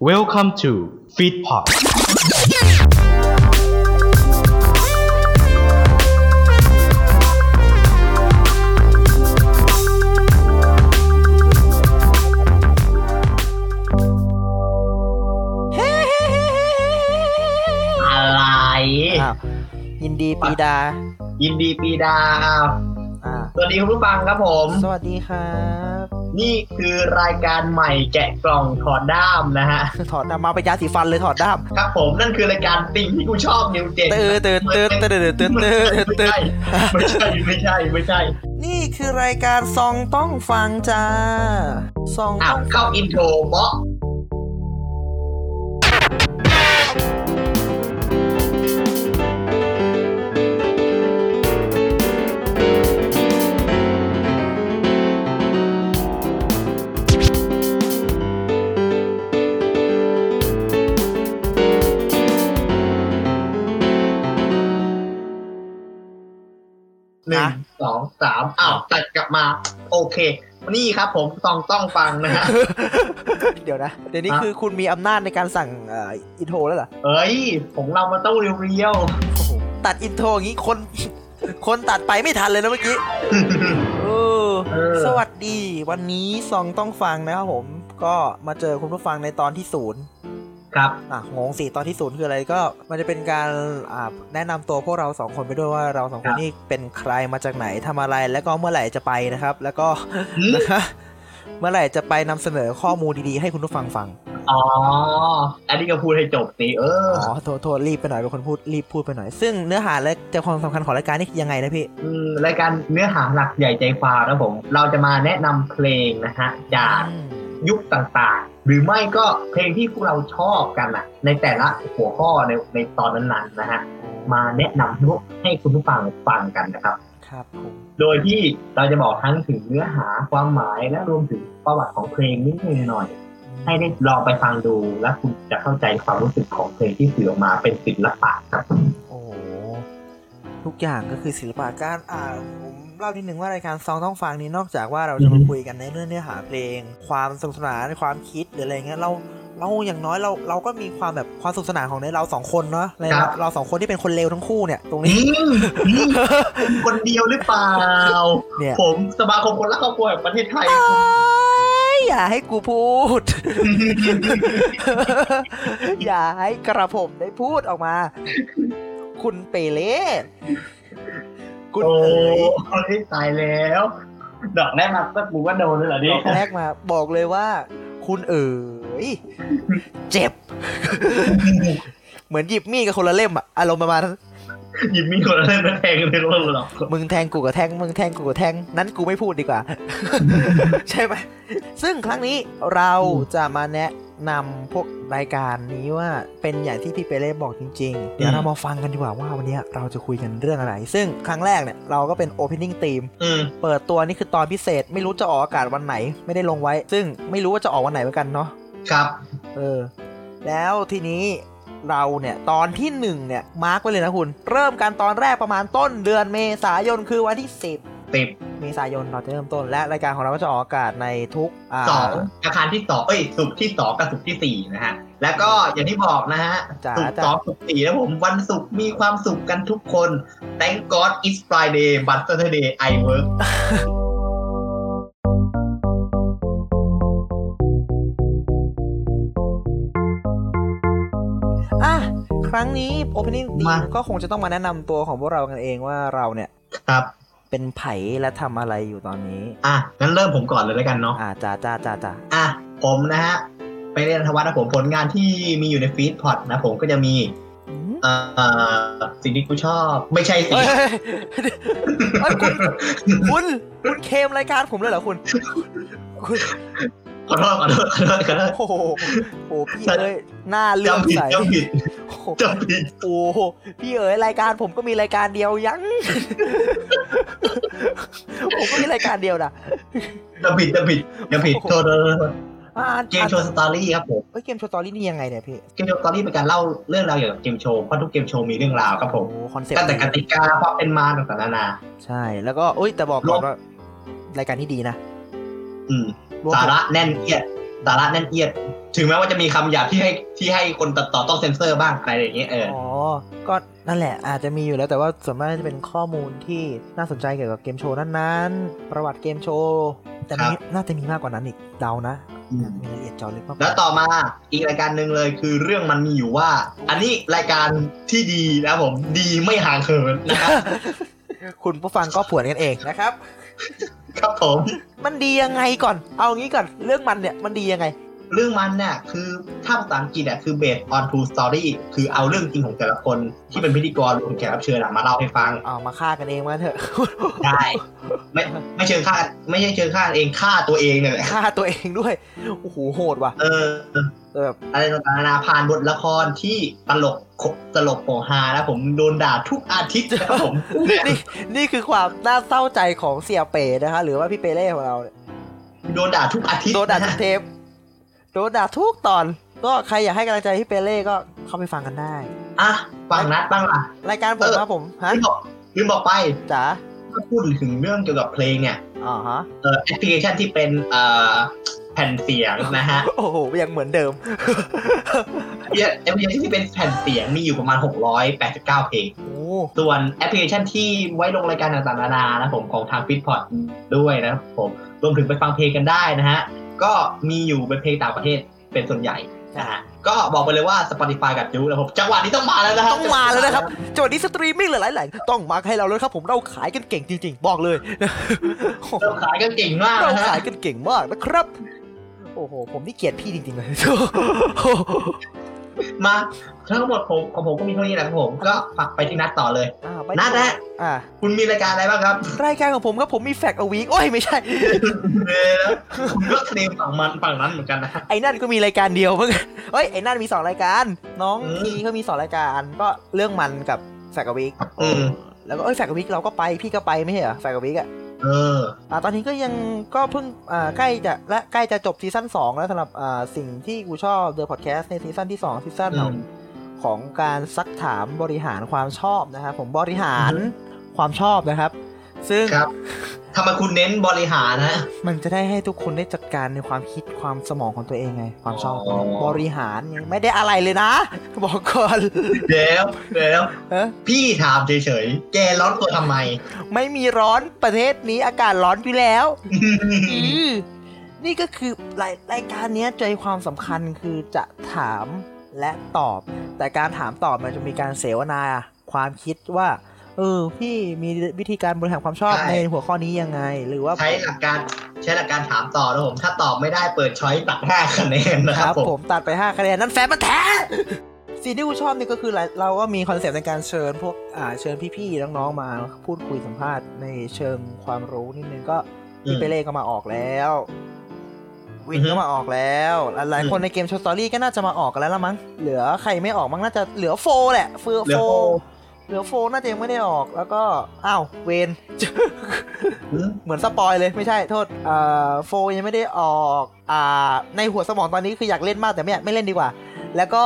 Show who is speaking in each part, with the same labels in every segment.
Speaker 1: Welcome to Feedpot
Speaker 2: อะไร
Speaker 3: อ้าวยินดีปีดา
Speaker 2: ยินดีปีดา
Speaker 3: อ่า
Speaker 2: สวัสดีคุณผู้ฟังครับผม
Speaker 3: สวัสดีครับ
Speaker 2: นี่คือรายการใหม่แกะกล่องถอดด้ามนะฮะ
Speaker 3: ถอดดาบมาเป็นยาสีฟันเลยถอดดาบ
Speaker 2: ครับผมนั่นคือรายการติ่งที่กูชอบนิวเจน
Speaker 3: เตือนเตือนเตือนเตือนเตือนเตือน
Speaker 2: ไม่
Speaker 3: เตือ
Speaker 2: ใช่
Speaker 3: น
Speaker 2: ไม่ใช่ไม่ใช่ไม่ใช่
Speaker 3: นี่คือรายการซองต้องฟังจ้าซอง
Speaker 2: อ่ะ
Speaker 3: ต้อง
Speaker 2: เข้าอินโทรเบาะหนึ่งสองสามอ้าวตัดกลับมา โอเค นี่ครับผมต้องต้องฟังนะฮะ
Speaker 3: เดี๋ยวนะ เดี๋ยวนี้
Speaker 2: อ่ะ
Speaker 3: คือคุณมีอำนาจในการสั่งเอ่ออินโทรแล้วเหรอ
Speaker 2: เอ้ยของเรามันต้องเรียว
Speaker 3: โอ้โหตัดอินโทรอย่างนี้คน คนตัดไปไม่ทันเลยนะเมื่อ กี้
Speaker 2: ๆ
Speaker 3: เออ
Speaker 2: เออ
Speaker 3: สวัสดีวันนี้ซองต้องฟังนะครับผม ก็มาเจอคุณผู้ฟังในตอนที่ศูนย์
Speaker 2: ครับ
Speaker 3: อ่ะงงสิตอนที่ศูนย์คืออะไรก็ มันจะเป็นการอ่าแนะนำตัวพวกเราสองคนไปด้วยว่าเราสองค
Speaker 2: ครั
Speaker 3: น
Speaker 2: บ
Speaker 3: นี่เป็นใครมาจากไหนทำอะไรแล้วก็เมื่อไหร่จะไปนะครับ แล้วก็
Speaker 2: อืม
Speaker 3: นะคะ เมื่อไหร่จะไปนำเสนอข้อมูลดีๆ ให้คุณผู้ฟังฟัง
Speaker 2: อ๋อ อันนี้ก็พูดให้จบสิเออ
Speaker 3: อ๋อโทษโทษรีบไปหน่อยเป็นคนพูดรีบพูดไปหน่อย ซึ่งเนื้อหาและใจความสำคัญของรายการนี่ยังไงนะพี่
Speaker 2: อืมรายการเนื้อหาหลักใหญ่ใจความนะผม เราจะมาแนะนำเพลงนะฮะ จาก
Speaker 3: อืม
Speaker 2: ยุคต่างๆ หรือไม่ก็เพลงที่พวกเราชอบกันอะในแต่ละหัวข้อในในตอนนั้นๆนะฮะ มาแนะนำให้พวกให้คุณผู้ฟังฟังกันนะครับ
Speaker 3: ครับผม
Speaker 2: โดยที่เราจะบอกทั้งถึงเนื้อหาความหมายและรวมถึงประวัติของเพลงนิดนึงหน่อย ให้ได้ลองไปฟังดูและคุณจะเข้าใจความรู้สึกของเพลงที่สื่อออกมาเป็นศิลปะครับ
Speaker 3: โอ้โหทุกอย่างก็คือศิลปะการอ่าผมเล่านิดนึงว่ารายการซองต้องฟังนี้นอกจากว่าเราจะ
Speaker 2: อื
Speaker 3: มา
Speaker 2: อฮึ
Speaker 3: คุยกันในเรื่องเนื้อหาเพลง ความสนุกสนานความคิดหรืออะไรเงี้ยเราเราอย่างน้อยเราเราก็มีความแบบความสนุกสนานของในเราสองคนเนาะในเราเราสองคนที่เป็นคนเลวทั้งคู่เนี่ยตรงนี้
Speaker 2: อืมอืม คนเดียวหรือเปล่า
Speaker 3: เนี่ย
Speaker 2: ผมสมาคมคนรักครอบครัวแห่งประเทศไทย
Speaker 3: อย่าให้กูพูด อย่าให้กระผมได้พูดออกมา คุณเปเล่คุณ
Speaker 2: โอ้
Speaker 3: เอ๋ย
Speaker 2: ยตายแล้ว ดอกแรกมาก็กูก็โดนเลยเหรอ
Speaker 3: ด
Speaker 2: นี่
Speaker 3: อกแรกมาบอกเลยว่า คุณเอ๋ยเจ็บ เหมือนหยิบมีดกับคนละเล่มอะอารมณ์ประมาณนั้น
Speaker 2: หยิบมีดคนละเล่มมาแทงเลยก็หรอก
Speaker 3: มึงแทงกูกับแทงมึงแทงกูกับแทงนั้นกูไม่พูดดีกว่า ใช่ไหมซึ่งครั้งนี้เราจะมาแนะนำพวกรายการนี้ว่าเป็นอย่างที่พี่เปเล่บอกจริง ๆ เดี๋ยวเรามาฟังกันดีกว่าว่าวันนี้เราจะคุยกันเรื่องอะไร ซึ่งครั้งแรกเนี่ยเราก็เป็น opening theme
Speaker 2: อืม
Speaker 3: เปิดตัวนี่คือตอนพิเศษ ไม่รู้จะออกอากาศวันไหน ไม่ได้ลงไว้ ซึ่งไม่รู้ว่าจะออกวันไหนเหมือนกันเนาะ
Speaker 2: ครับ
Speaker 3: เออ แล้วทีนี้เราเนี่ยตอนที่หนึ่งเนี่ยมาร์กไว้เลยนะคุณ เริ่มกันตอนแรกประมาณต้นเดือนเมษายนคือวันที่ 10
Speaker 2: ติด
Speaker 3: เมษายนเราจะเริ่มต้นและรายการของเราก็จะออกอากาศในทุกา
Speaker 2: สองอาคารที่สองเอ้ยสุกร์ที่สองกับสุกร์ที่สี่นะฮะ แล้วก็อย่างที่บอกนะฮะ
Speaker 3: จ๋า
Speaker 2: สุกร์ส
Speaker 3: จ๋า
Speaker 2: องสุกร์สี่นะผมวันศุกร์มีความสุขกันทุกคน Thank God it's Friday but Saturday I work
Speaker 3: อ่ะครั้งนี้ Opening
Speaker 2: มา
Speaker 3: Theme ก็คงจะต้องมาแนะนำตัวของพวกเรากันเองว่าเราเนี่ย
Speaker 2: ครับ
Speaker 3: เป็นไผ่และทำอะไรอยู่ตอนนี้
Speaker 2: อ่ะงั้นเริ่มผมก่อนเลยแล้วกันเนาะ
Speaker 3: อ่าจ้าจ้าจ้าจ้า
Speaker 2: อ่ะผมนะฮะไปเรียนธวัฒน์นะผมผลงานที่มีอยู่ในฟีดพอดนะผมก็จะมี
Speaker 3: อืม
Speaker 2: เอ่อสิ่งที่กูชอบ ไม่ใช่สิ
Speaker 3: เอ้ยเอ้ยคุณคุณคุณเคมรายการผมเลยเหรอคุณคุณ
Speaker 2: ขอโทษขอโทษขอโทษขอโทษ
Speaker 3: โอ้โหโอ้โหพี่เอ้ยหน้าเลื่อม
Speaker 2: จำผิด
Speaker 3: ใส
Speaker 2: จำผิด
Speaker 3: โอ้โห
Speaker 2: จำผิด
Speaker 3: โอ้โหพี่เอ๋ยรายการผมก็มีรายการเดียวยัง ผมก็มีรายการเดียวนะ
Speaker 2: จำผิดจำผิดจำผิดโทษโทษโทษโทษ
Speaker 3: อ่า
Speaker 2: เกมโชว์สตอรี่ครับผม
Speaker 3: เอ้ยเกมโชว์ตอรี่นี่ยังไงเนี่ยพี่
Speaker 2: เกมโชว์สตอรี่เป็นการเล่าเรื่องราวเกี่ยวกับเกมโชว์เพราะทุกเกมโชว์มีเรื่องราวครับผม
Speaker 3: โอ้คอนเซ็ปต์
Speaker 2: ตั้งแต่กติกาความเป็นมาต่างๆนานา
Speaker 3: ใช่แล้วก็เอ้ยแต่บอกก่อน
Speaker 2: รวม
Speaker 3: ว่า รายการนี้ดีนะ
Speaker 2: อืม
Speaker 3: รวม
Speaker 2: สาระแน่นเอียด สาระแน่นเอียด ถึงแม้ว่าจะมีคำหยาบที่ให้ที่ให้คนตัดต่อต้องเซ็นเซอร์บ้างอะไรอย่างเงี้ยเออ
Speaker 3: อ๋อ ก็นั่นแหละอาจจะมีอยู่แล้วแต่ว่าส่วนมากจะเป็นข้อมูลที่น่าสนใจเกี่ยวกับเกมโชว์นั้นๆ ประวัติเกมโชว์ แต่
Speaker 2: ครับ
Speaker 3: มีน่าจะมีมากกว่านั้นอีกเดานะมีรายละเอียดเจอลึกมากกว่า
Speaker 2: แล้วต่อมาอีกรายการหนึ่งเลยคือเรื่องมันมีอยู่ว่า อันนี้รายการที่ดีนะครับผมดีไม่ห่างเขินนะครับ
Speaker 3: คุณผู้ฟังก็ผวนกันเองนะครับ
Speaker 2: ครับผม
Speaker 3: มันดียังไงก่อน เอางี้ก่อนเรื่องมันเนี่ยมันดียังไง
Speaker 2: เรื่องมันเนี่ยคือถ้าภาษาอังกฤษเนี่ยคือ based on true story คือเอาเรื่องจริงของแต่ละคนที่เป็นพิธีกรหรือแขกรับเชิญอะมาเล่าให้ฟัง
Speaker 3: เอามาฆ่ากันเองมาเถอะ
Speaker 2: ได้ ไม่ไม่เชิงฆ่าไม่ใช่เชิงฆ่าเองฆ่าตัวเองเนี่ยแหละ
Speaker 3: ฆ่าตัวเองด้วยโอ้โหโหดว่ะ
Speaker 2: เออ
Speaker 3: แต่แบบ
Speaker 2: อะไรต่างๆนานาผ่านบทละครที่ตลกขบตลกโปฮานะผมโดนด่าทุกอาทิตย์นะครับผม
Speaker 3: นี่นี่คือความน่าเศร้าใจของเสียเป๋นะคะ หรือว่าพี่เปเล่ของเราเนี่ย
Speaker 2: โดนด่าทุกอาทิตย์
Speaker 3: โดนด่าทุ
Speaker 2: นะ
Speaker 3: กเทปโดนด่าทุกตอน ก็ใครอยากให้กำลังใจพี่เปเล่ก็เข้าไปฟังกันได้
Speaker 2: อ่ะฟังนัดบ้างล่ะ
Speaker 3: รายการผม
Speaker 2: เออ
Speaker 3: ครับผมฮะ
Speaker 2: ลืมบอกลืมบอกไป
Speaker 3: จ๋า
Speaker 2: ถ้าพูดถึงเรื่องเกี่ยวกับเพลงเนี่ย
Speaker 3: อ๋อฮะ
Speaker 2: เอ่อแอปพลิเคชันที่เป็นเอ่อแผ่นเสียงนะฮะ
Speaker 3: โอ้โหยังเหมือนเดิม
Speaker 2: แอปพลิเคชันที่เป็นแผ่นเสียงมีอยู่ประมาณ 689 เพลง
Speaker 3: โอ้
Speaker 2: ส่วนแอปพลิเคชันที่ไว้ลงรายการต่างๆนานานะผมของทางฟิตพอดด้วยนะครับผมรวมถึงไปฟังเพลงกันได้นะฮะ ก็มีอยู่เป็นเพลงต่างประเทศเป็นส่วนใหญ่นะฮะก็บอกไปเลยว่า Spotify กับยูนะครับผมจังหวะนี้ต้องมาแล้วนะฮะ
Speaker 3: ต้องมาแล้วนะครับ โจทย์นี้สตรีมมิ่งหลายๆแหล่งต้องมาให้เราเลยครับ ผมเราขายกันเก่งจริง ๆ บอกเลย
Speaker 2: เราขายกันเก่งมาก
Speaker 3: เรา
Speaker 2: นะฮะ
Speaker 3: ขายกันเก่งมากนะครับ โอ้โห ผมนี่เกลียดพี่จริงๆเลย
Speaker 2: มาทั้งหมดผมของผมก็มีเท่านี้แหละครับผมก็ฝากไปที่นัดต่อเลย
Speaker 3: อ่าไป
Speaker 2: นัดนะ
Speaker 3: อ่า
Speaker 2: คุณมีรายการอะไรบ้างครับ
Speaker 3: รายการของผมครับผมมีแฟก a อ e ี k โอ้ยไม่ใช่
Speaker 2: เออคุณก็เทรมฝั่งมันฝั่งนั้นเหมือนกันนะ
Speaker 3: ไอ้นั่นก็มีรายการเดียวมั้ง เฮ้ย ไอ้นั่นมีสองรายการ น้อง
Speaker 2: อืม
Speaker 3: ทีก็มีสองรายการ ก็เรื่องมันกับแฟก a อ e ี k
Speaker 2: อืม
Speaker 3: แล้วก็เอ้ยแฟก a อ e ี k เราก็ไป พี่ก็ไปไม่ใช่เหรอแฟก a อ e ี k อ่ะ
Speaker 2: เออ
Speaker 3: อ่าตอนนี้ก็ยังก็เพิ่งอ่าใกล้จะและใกล้จะจบซีซั่น2 แล้วสำหรับอ่าสิ่งที่กูชอบเดอะพอดแคสต์ในซีซั่นที่ 2 ซีซั่น
Speaker 2: อืม
Speaker 3: ของของการซักถามบริหารความชอบนะครับผมบริหาร
Speaker 2: อือฮึ
Speaker 3: ความชอบนะครับ ซึ่ง
Speaker 2: ครับ ทำไมคุณเน้นบริหารนะ
Speaker 3: มันจะได้ให้ทุกคนได้จัดการในความคิดความสมองของตัวเองไง ความชอบ
Speaker 2: อ๋อ
Speaker 3: บริหารไงไม่ได้อะไรเลยนะ บอกก่ อน
Speaker 2: เดี๋ยวเดี๋ยว
Speaker 3: เออ
Speaker 2: พี่ถามเฉยๆแกร้อนตัวทำไม
Speaker 3: ไม่มีร้อนประเทศนี้อากาศร้อนอยู่แล้ว อืมนี่ก็คือรายรายการเนี้ยใจความสำคัญคือจะถามและตอบ แต่การถามตอบมันจะมีการเสวนาความคิดว่า เออ พี่มีวิธีการบริหารความชอบ
Speaker 2: ใช่
Speaker 3: ในหัวข้อนี้ยังไง หรือว่า
Speaker 2: ใช้หลักการใช้หลักการถามต่อนะผม ถ้าตอบไม่ได้เปิดช้อยตัดห้าคะแนนนะ
Speaker 3: ค
Speaker 2: ครั
Speaker 3: รั
Speaker 2: บบผ
Speaker 3: ผม มตัดไป 5 คะแนนนั่นแฟนมันแท้ สิ่งที่กูชอบนี่ก็คือเราเราก็มีคอนเซปต์ในการเชิญพวกอ่าเชิญพี่ๆน้องๆมาพูดคุยสัมภาษณ์ในเชิงความรู้นิดนึงก็
Speaker 2: อื
Speaker 3: พี่
Speaker 2: ม
Speaker 3: เปเล่ก็มาออกแล้ว
Speaker 2: อื
Speaker 3: วิน
Speaker 2: อฮึ
Speaker 3: ก็มาออกแล้วหลาย
Speaker 2: อื
Speaker 3: ๆ
Speaker 2: ม
Speaker 3: คนในเกมชอตสตอรี่ก็น่าจะมาออกกันแล้วละมั้งเหลือใครไม่ออกมั้งน่าจะเหลือโฟแหละเฟือ
Speaker 2: เหลื
Speaker 3: โฟ
Speaker 2: อโฟ
Speaker 3: เหลือโฟน่าจะยังไม่ได้ออกแล้วก็อ้าวเวน
Speaker 2: อืม
Speaker 3: เหมือนสปอยเลยไม่ใช่โทษเอ่อโฟยังไม่ได้ออกอ่าในหัวสมองตอนนี้คืออยากเล่นมากแต่ไม่ไม่เล่นดีกว่า แล้วก็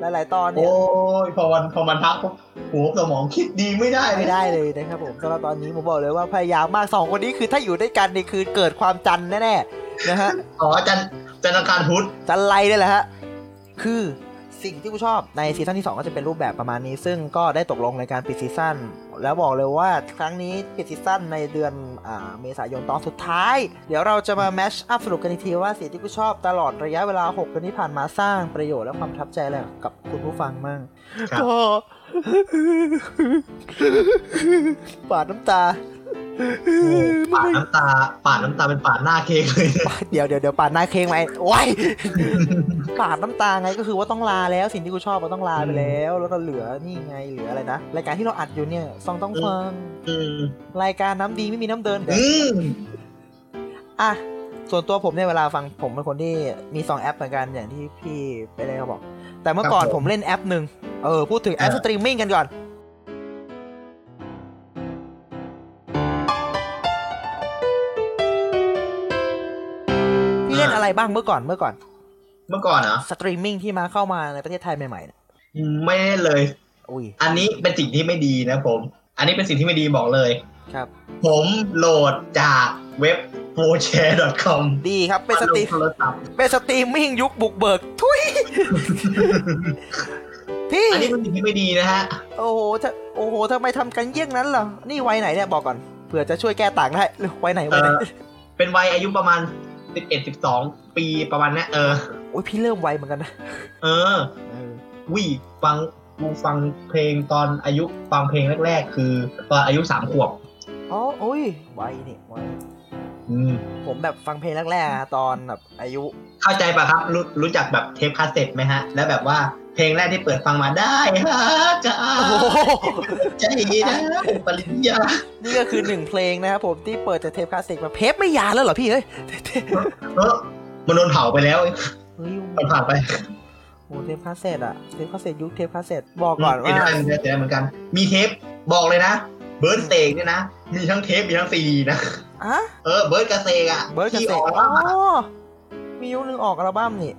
Speaker 3: หลาย ๆ ตอนเนี่ย
Speaker 2: โอ้ยพอวันพอมันทักปุ๊บโหัวสมองคิดดีไม่ได้เล
Speaker 3: ไม่
Speaker 2: ย
Speaker 3: ได้เลยนะครับผมสำหรับตอนนี้ผมบอกเลยว่าพยายามมากสองคนนี้คือถ้าอยู่ด้วยกันนี่คือเกิดความจันแน่ๆนะฮะ
Speaker 2: อ๋อจันจันทร์อังคารพุธ
Speaker 3: จันไรเนี่ยแหละฮะ คือสิ่งที่กูชอบในซีซั่นที่ 2 ก็จะเป็นรูปแบบประมาณนี้ ซึ่งก็ได้ตกลงในการปิดซีซั่น แล้วบอกเลยว่าครั้งนี้ปิดซีซั่นในเดือนอาเมษายนตอนสุดท้าย เดี๋ยวเราจะมาแมชอัพสรุปกันอีกทีว่าสิ่งที่กูชอบตลอดระยะเวลา 6 เดือนที่ผ่านมาสร้างประโยชน์และความประทับใจอะไรกับคุณผู้ฟังมั่ง
Speaker 2: ครับ
Speaker 3: ก็ ปาดน้ำตา
Speaker 2: โอ้ปาดน้ำตาปาดน้ำตาเป็นปาดหน้าเค้กเลย
Speaker 3: เดี๋ยวเดี๋ยวเดี๋ยวปาดหน้าเค้งไหมโอ้ย ปาดน้ำตาไงก็คือว่าต้องลาแล้วสิ่งที่กูชอบก็ต้องลาไปแล้ว แล้วก็เหลือนี่ไงเหลืออะไรนะรายการที่เราอัดอยู่เนี่ยซองต้อง
Speaker 2: อืม
Speaker 3: ฟัง
Speaker 2: อืม
Speaker 3: รายการน้ำดีไม่มีน้ำเดิน
Speaker 2: อืม
Speaker 3: อ่ะส่วนตัวผมในยเวลาฟังผมเป็นคนที่มีสองแอปเหมือนกันอย่างที่พี่ไปเลยเขาบอก แต่เมื่อก่อนผมเล่นแอปหนึ่งเออพูดถึงแอปสตรีมมิ่งกันก่อน พี่เล่นอะไรบ้างเมื่อก่อนเมื่อก่อน
Speaker 2: เมื่อก่อนเหรอ
Speaker 3: สตรีมมิ่งที่มาเข้ามาในประเทศไทยใหม่ๆเนี่ย
Speaker 2: ไม่ได้เลย
Speaker 3: อุ้ย
Speaker 2: อันนี้เป็นสิ่งที่ไม่ดีนะผม อันนี้เป็นสิ่งที่ไม่ดีบอกเลย
Speaker 3: ครับ
Speaker 2: ผมโหลดจากเว็บ w o c h a r c o m
Speaker 3: ดีครับเป็นสตรีม
Speaker 2: โทรศัพท์
Speaker 3: เป็นสตรีมมิ่งยุคบุกเบิกทุ ยพี่
Speaker 2: อันนี้เป็นสิ่งที่ไม่ดีนะฮะ
Speaker 3: โอ้โหถ้าโอ้โหทำไมทำกันเยี่ยงนั้นล่ะ นี่วัยไหนเนี่ยบอกก่อน เผื่อจะช่วยแก้ต่างได้ หรือวัยไหนวัยไหน
Speaker 2: เป็นวัยอายุประมาณ 11 12 ปีประมาณเนี้ยเออ
Speaker 3: โอ้ยพี่เริ่มวัยเหมือนกันนะ
Speaker 2: เออวิฟังกูฟังเพลงตอนอายุฟังเพลงแรก ๆ คือตอนอายุสามขวบ
Speaker 3: อ๋อโอ้ยวัยนี่วัย
Speaker 2: อืม
Speaker 3: ผมแบบฟังเพลงแรกๆอะตอนแบบอายุ
Speaker 2: เข้าใจปะครับรู้รู้จักแบบเทปคาสเซ็ตไหมฮะ แล้วแบบว่าเพลงแรกที่เปิดฟังมาได้ฮะจ้า
Speaker 3: โอ้โห
Speaker 2: ใจนะปริญญา
Speaker 3: นี่ก็คือหนึ่งเพลงนะครับผมที่เปิดจากเทปคาสเซ็ตมาเพปไม่ยานแล้วเหรอพี่เอ้ย
Speaker 2: เออมันโดนเผาไปแล้ว
Speaker 3: เฮ้ย
Speaker 2: มันผ่านไป
Speaker 3: โอ้โหเทปคาสเซ็ตอะเทปคาสเซ็ตยุคเทปคาสเซ็ตบอกก่อนว่า
Speaker 2: ได้เหมือนกันได้เหมือนกัน มีเทปบอกเลยนะ เบิร์ดเสกเนี่ยนะ มีทั้งเทปมีทั้งซีดีนะ
Speaker 3: อ่ะ
Speaker 2: เออเบิร์ดกระเซกอะ
Speaker 3: เบิร์ดกับ
Speaker 2: ที่
Speaker 3: เซ
Speaker 2: ออก
Speaker 3: อ๋
Speaker 2: ว่า
Speaker 3: อมียุคหนึงออกอัลบั้มนี่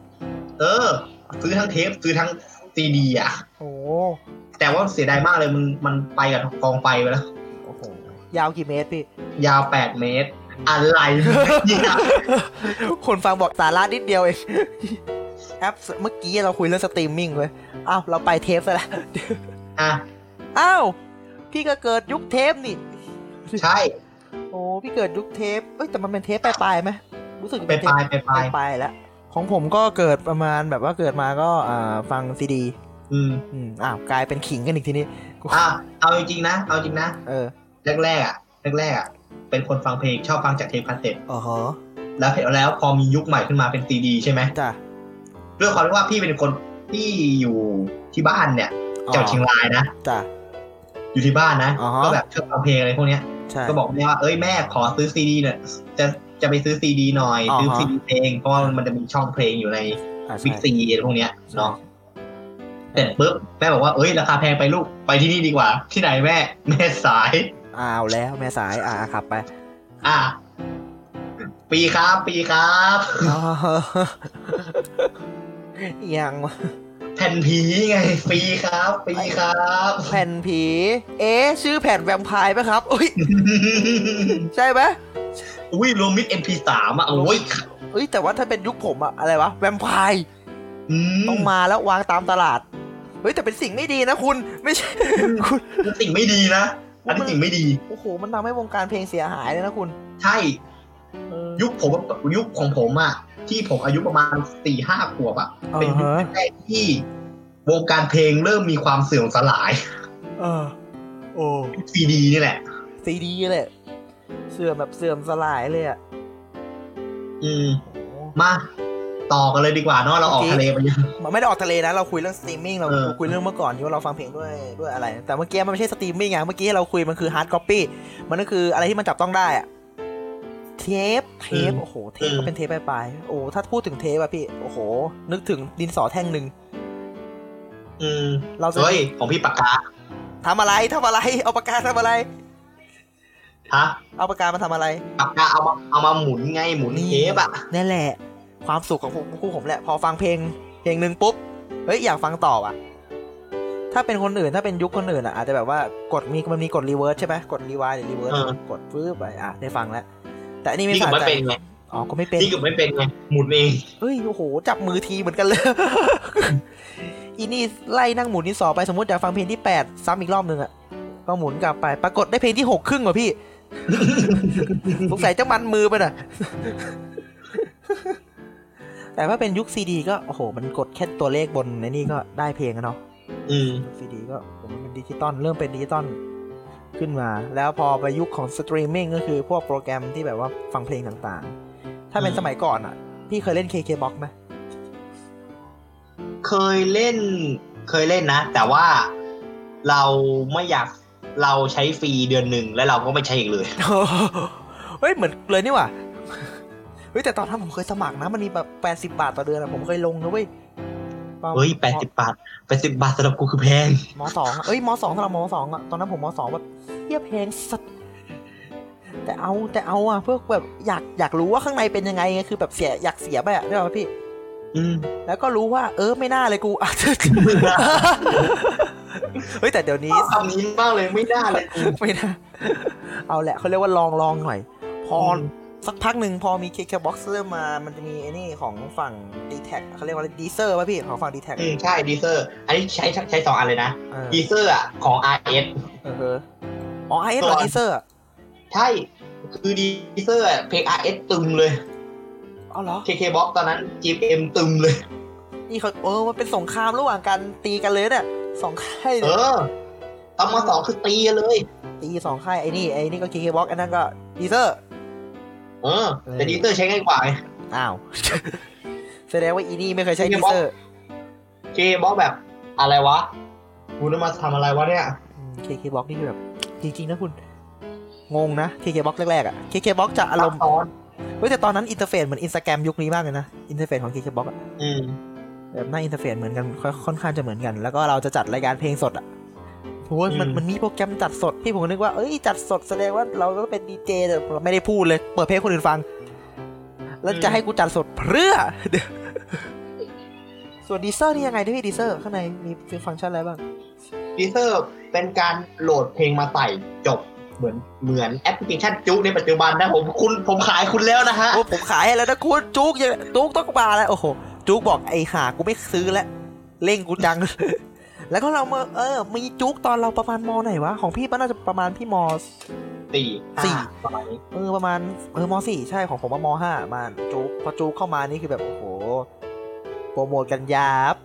Speaker 2: เออ ซื้อทั้งเทปซื้อทั้งซีดีอะ
Speaker 3: โอ้โห
Speaker 2: แต่ว่าเสียดายมากเลยมันมันไปกับกองไฟไปแล้ว
Speaker 3: โอ้โหยาวกี่เมตรพี่
Speaker 2: ยาว 8 เมตร อะไรเนี่ย
Speaker 3: คนฟังบอกสาระนิดเดียวเอง แอปเมื่อกี้เราคุยเรื่องสตรีมมิ่งเลยอ้าวเราไปเทปซะแล้ว
Speaker 2: อ่ะ
Speaker 3: อ้าว พี่ก็เกิดยุคเทปนี่
Speaker 2: ใช่
Speaker 3: โอ้พี่เกิดยุคเทป เอ้ยแต่มันเป็นเทปปลายๆไหมรู้สึกจะ
Speaker 2: ไป
Speaker 3: เป็นเท
Speaker 2: ป
Speaker 3: ป
Speaker 2: ลายไปปลาย
Speaker 3: ปลายๆแล้ว ของผมก็เกิดประมาณแบบว่าเกิดมาก็อ่าฟังซีดี
Speaker 2: อืม
Speaker 3: อืมอ้าวกลายเป็นขิงกันอีกทีนี้กู
Speaker 2: อ่ะ เอาจริงๆนะ เอาจริงนะ
Speaker 3: เออ
Speaker 2: แรกๆอ่ะ แรกๆอ่ะ เป็นคนฟังเพลงชอบฟังจากเทปคาสเซ็ต
Speaker 3: อ๋อฮะ
Speaker 2: แล้วแล้วพอมียุคใหม่ขึ้นมาเป็นซีดีใช่ไหม
Speaker 3: จ้ะ
Speaker 2: ด้วยความที่ว่าพี่เป็นคนที่อยู่ที่บ้านเนี่ย
Speaker 3: อ๋อ
Speaker 2: เจ้าเชียงรายนะ
Speaker 3: จ้ะ
Speaker 2: อยู่ที่บ้านนะ
Speaker 3: อ๋อฮะ
Speaker 2: ก็แบบชอบฟังเพลงอะไรพวกเนี้ย
Speaker 3: ใช่
Speaker 2: ก็บอกแม่ว่า เอ้ยแม่ขอซื้อซีดีหน่อยจะจะไปซื้อซีดีหน่อย
Speaker 3: อ๋อฮะ
Speaker 2: ซื้อซีดีเพลง เพราะว่ามันจะมีช่องเพลงอยู่ใน
Speaker 3: อ่ะ
Speaker 2: บิ๊ก
Speaker 3: ใช่
Speaker 2: ซีอะไรพวกเนี้ยเนาะ เสร็จปุ๊บแม่บอกว่าเอ้ยราคาแพงไปลูกไปที่นี่ดีกว่า ที่ไหนแม่ แม่สาย
Speaker 3: อ้าวแล้วแม่สายอ่าขับไป
Speaker 2: อ่ะ ปีครับ ปีครับ
Speaker 3: อ๋อ ยังวะ
Speaker 2: แผ่นผีไงปีครับ ปีครับ
Speaker 3: แผ่นผี เอ๊ะชื่อแผ่นแวมไพร์ปะครับอุ้ยใช่ไหม
Speaker 2: อุ้ยรวมมิด MP3 อ่ะโอ้ย
Speaker 3: อุ้ยแต่ว่าถ้าเป็นยุคผมอะอะไรวะแวมไพร์
Speaker 2: อืม
Speaker 3: ต้องมาแล้ววางตามตลาด เฮ้ยแต่เป็นสิ่งไม่ดีนะคุณไม่ใช่ คุณ
Speaker 2: มันสิ่งไม่ดีนะอันนี้สิ่งไม่ดี
Speaker 3: โอ้โหมันทำให้วงการเพลงเสียหายเลยนะคุณ
Speaker 2: ใช่
Speaker 3: เออ
Speaker 2: ยุคผมยุคของผมอ่ะ ที่ผมอายุประมาณสี่ห้าขวบอ่ะ เป็นยุค
Speaker 3: อ่าฮะ
Speaker 2: แรกๆที่วงการเพลงเริ่มมีความเสื่อมสลาย
Speaker 3: เออโอ้
Speaker 2: ซีดีนี่แหละ
Speaker 3: ซีดีเลยเสื่อมแบบเสื่อมสลายเลยอะ
Speaker 2: อืม
Speaker 3: โอ้โห
Speaker 2: มาต่อกันเลยดีกว่าเนาะเราออกทะเลไปเยอะ
Speaker 3: มันไม่ได้ออกทะเลนะ เราคุยเรื่องสตรีมมิ่งเรา
Speaker 2: เออ
Speaker 3: คุยเรื่องเมื่อก่อนที่ว่าเราฟังเพลงด้วยด้วยอะไร แต่เมื่อกี้มันไม่ใช่สตรีมมิ่งอย่างเมื่อกี้เราคุยมันคือฮาร์ดคอปปี้มันก็คืออะไรที่มันจับต้องได้อะเทปเทปโอ้โหเทปก็เป็นเทปปลายๆโอ้โหถ้าพูดถึงเทปอะพี่โอ้โห นึกถึงดินสอแท่งหนึ่ง
Speaker 2: อืม
Speaker 3: เราจะ
Speaker 2: เฮ้ยของพี่ปากกา
Speaker 3: ทำอะไรทำอะไร เอาปากกาทำอะไร
Speaker 2: ฮะ
Speaker 3: เอาปากกามาทำอะไร
Speaker 2: ปากกาเอามาเอามาหมุนไงหมุน
Speaker 3: นี่
Speaker 2: เทปอะ
Speaker 3: นั่นแหละ ความสุขของพวกคู่ผมแหละ พอฟังเพลง เพลงหนึ่งปุ๊บ เฮ้ย อยากฟังต่อว่ะ ถ้าเป็นคนอื่น ถ้าเป็นยุคคนอื่นอ่ะ อาจจะแบบว่ากดมีมันมีกดรีเวิร์สใช่ไหมกดรีวายหรือรีเวิร์สกดฟื้บไปอ่ะ ได้ฟังแล้ว แต่อันนี้ไม่
Speaker 2: นี่
Speaker 3: สะ
Speaker 2: ก็ไม่
Speaker 3: ใจ
Speaker 2: เป็นไง
Speaker 3: อ๋อ ก็ไม่เป็น
Speaker 2: นี่ก็ไม่เป็นไงหมุนเอง
Speaker 3: เฮ้ย โอ้โห จับมือทีเหมือนกันเลย อีนี่ไล่นั่งหมุนที่สองไปสมมติอยากฟังเพลงที่ 8 ซ้ำอีกรอบหนึ่งอ่ะ ก็หมุนกลับไป ปรากฏได้เพลงที่หกครึ่งว่ะพี่ สงสัยจะมันมือไปน่ะ แต่ว่าเป็นยุคซีดีก็ โอ้โห มันกดแค่ตัวเลขบนในนี่ก็ได้เพลงอะเนาะ
Speaker 2: อืม
Speaker 3: ซีดีก็ผมเป็นดิจิตอลเริ่มเป็นดิจิตอลขึ้นมา แล้วพอไปยุคของสตรีมมิ่งก็คือพวกโปรแกรมที่แบบว่าฟังเพลงต่างๆ ถ้าเป็นสมัยก่อนอ่ะ พี่เคยเล่น KKBOX ไหม
Speaker 2: เคยเล่น เคยเล่นนะ แต่ว่าเราไม่อยากเราใช้ฟรีเดือนหนึ่งแล้วเราก็ไม่ใช้อีกเลย
Speaker 3: เฮ้ย เหมือนเลยนี่หว่าเฮ้ย แต่ตอนนั้นผมเคยสมัครนะ มันมีแบบ 80 บาทต่อเดือนอะผมเคยลงนะเว้ยตอน
Speaker 2: เฮ้ยแปดสิบบาทแปดสิบบาทสำหรับกูคือแพง
Speaker 3: มสองอะเอ้ยมสองสำหรับมสองอะตอนนั้นผมมสองแบบเทียบเพลงสัตว์แต่เอาแต่เอาอะเพื่อแบบอยากอยากรู้ว่าข้างในเป็นยังไงไงคือแบบเสียอยากเสียไปอะได้ป่ะพี่
Speaker 2: อืม
Speaker 3: แล้วก็รู้ว่า เออไม่น่าเลยกู อ่ะ เฮ้ยแต่เดี๋ยวนี้
Speaker 2: คำนี้มากเลยไม่ได้เลยกู
Speaker 3: ไม่น่าเอาแหละเขาเรียกว่าลองลองหน่อย พออ
Speaker 2: ม
Speaker 3: สักพักหนึ่งพอมี KKBOX เริ่มมามันจะมีไอ้นี่ของฝั่ง d t แทเขาเรียกว่าดีเซอร์ป่ะพี่ของฝั่ง d t แท
Speaker 2: อืมใช่ดีเซอร์ อันนี้ใช้ใช้สองอันเลยนะ
Speaker 3: เออ
Speaker 2: ดีเซอร์อ่ะของ RS
Speaker 3: เออเอออ๋อไอ้เหรอดีเซอร์
Speaker 2: ใช่คือดีเซอร์อะเพลง RS ตึมเลย
Speaker 3: เอาเหรอ
Speaker 2: KK Box ตอนนั้น GM ตึมเลย
Speaker 3: นี่เขาเออมันเป็นสงครามระหว่างการตีกันเลยเนี่ยสองค่าย
Speaker 2: เออตอนมสองคือตีกันเลย
Speaker 3: ตีสองค่ายไอ้นี่ไอ้นี่ก็ KKBOX อันนั้นก็ดีเซอร์
Speaker 2: เออ แต่ดีเซอร์ใช้ง่ายกว่าไง
Speaker 3: อ้าว แสดงว่าอีนี่ไม่เคยใช้
Speaker 2: ไม่
Speaker 3: ดี
Speaker 2: บอก
Speaker 3: เซอร์
Speaker 2: เคบอกแบบอะไรวะกูจะมาทำอะไรวะเนี่ย
Speaker 3: KK Box นี่คือแบบ จริง ๆ นะคุณ งงนะ KK Box แรกๆ อ่ะ KK Box จะอารมณ์
Speaker 2: ซับซ้อน
Speaker 3: เว้ยแต่ตอนนั้นอินเทอร์เฟซเหมือนอินสตาแกรมยุคนี้มากเลยนะ อินเทอร์เฟซของ KK Box อะ
Speaker 2: อืม
Speaker 3: แบบหน้าอินเทอร์เฟซเหมือนกันค่อนค่อนข้างจะเหมือนกัน แล้วก็เราจะจัดรายการเพลงสดอ่ะโอ้ยมัน
Speaker 2: อืม
Speaker 3: มันมีโปรแกรมจัดสดพี่ผมก็นึกว่า เอ้ย จัดสดแสดงว่าเราก็เป็นดีเจแต่เราไม่ได้พูดเลย เปิดเพลงให้คนอื่นฟัง แล้วจะให้กูจัดสดเพื่อ เดี๋ยวส่วนดีเซอร์นี่ยังไงที่พี่ดีเซอร์ข้างในมีฟังก์ชันอะไรบ้าง
Speaker 2: ดีเซอร์เป็นการโหลดเพลงมาใส่จบเหมือนเหมือนแอปพลิเคชันจุในปัจจุบันนะผมคุณผมขายคุณแล้วนะฮะ
Speaker 3: โอ้ผมขายให้แล้วนะคุณจุกยังจุกต้องมาแล้วโอ้โหจุกบอกไอ้ห่ากูไม่ซื้อแล้วเร่งกูจัง แล้วก็เรามาเออมีจุกตอนเราประมาณมไหนวะของพี่มันน่าจะประมาณพี่ม
Speaker 2: สี่
Speaker 3: สี่
Speaker 2: ห้าประมาณนี้
Speaker 3: เออประมาณเออมสี่ใช่ของผมว่ามห้ามาจุกพอจุกเข้ามานี่คือแบบโอ้โหโปรโมทกันยับ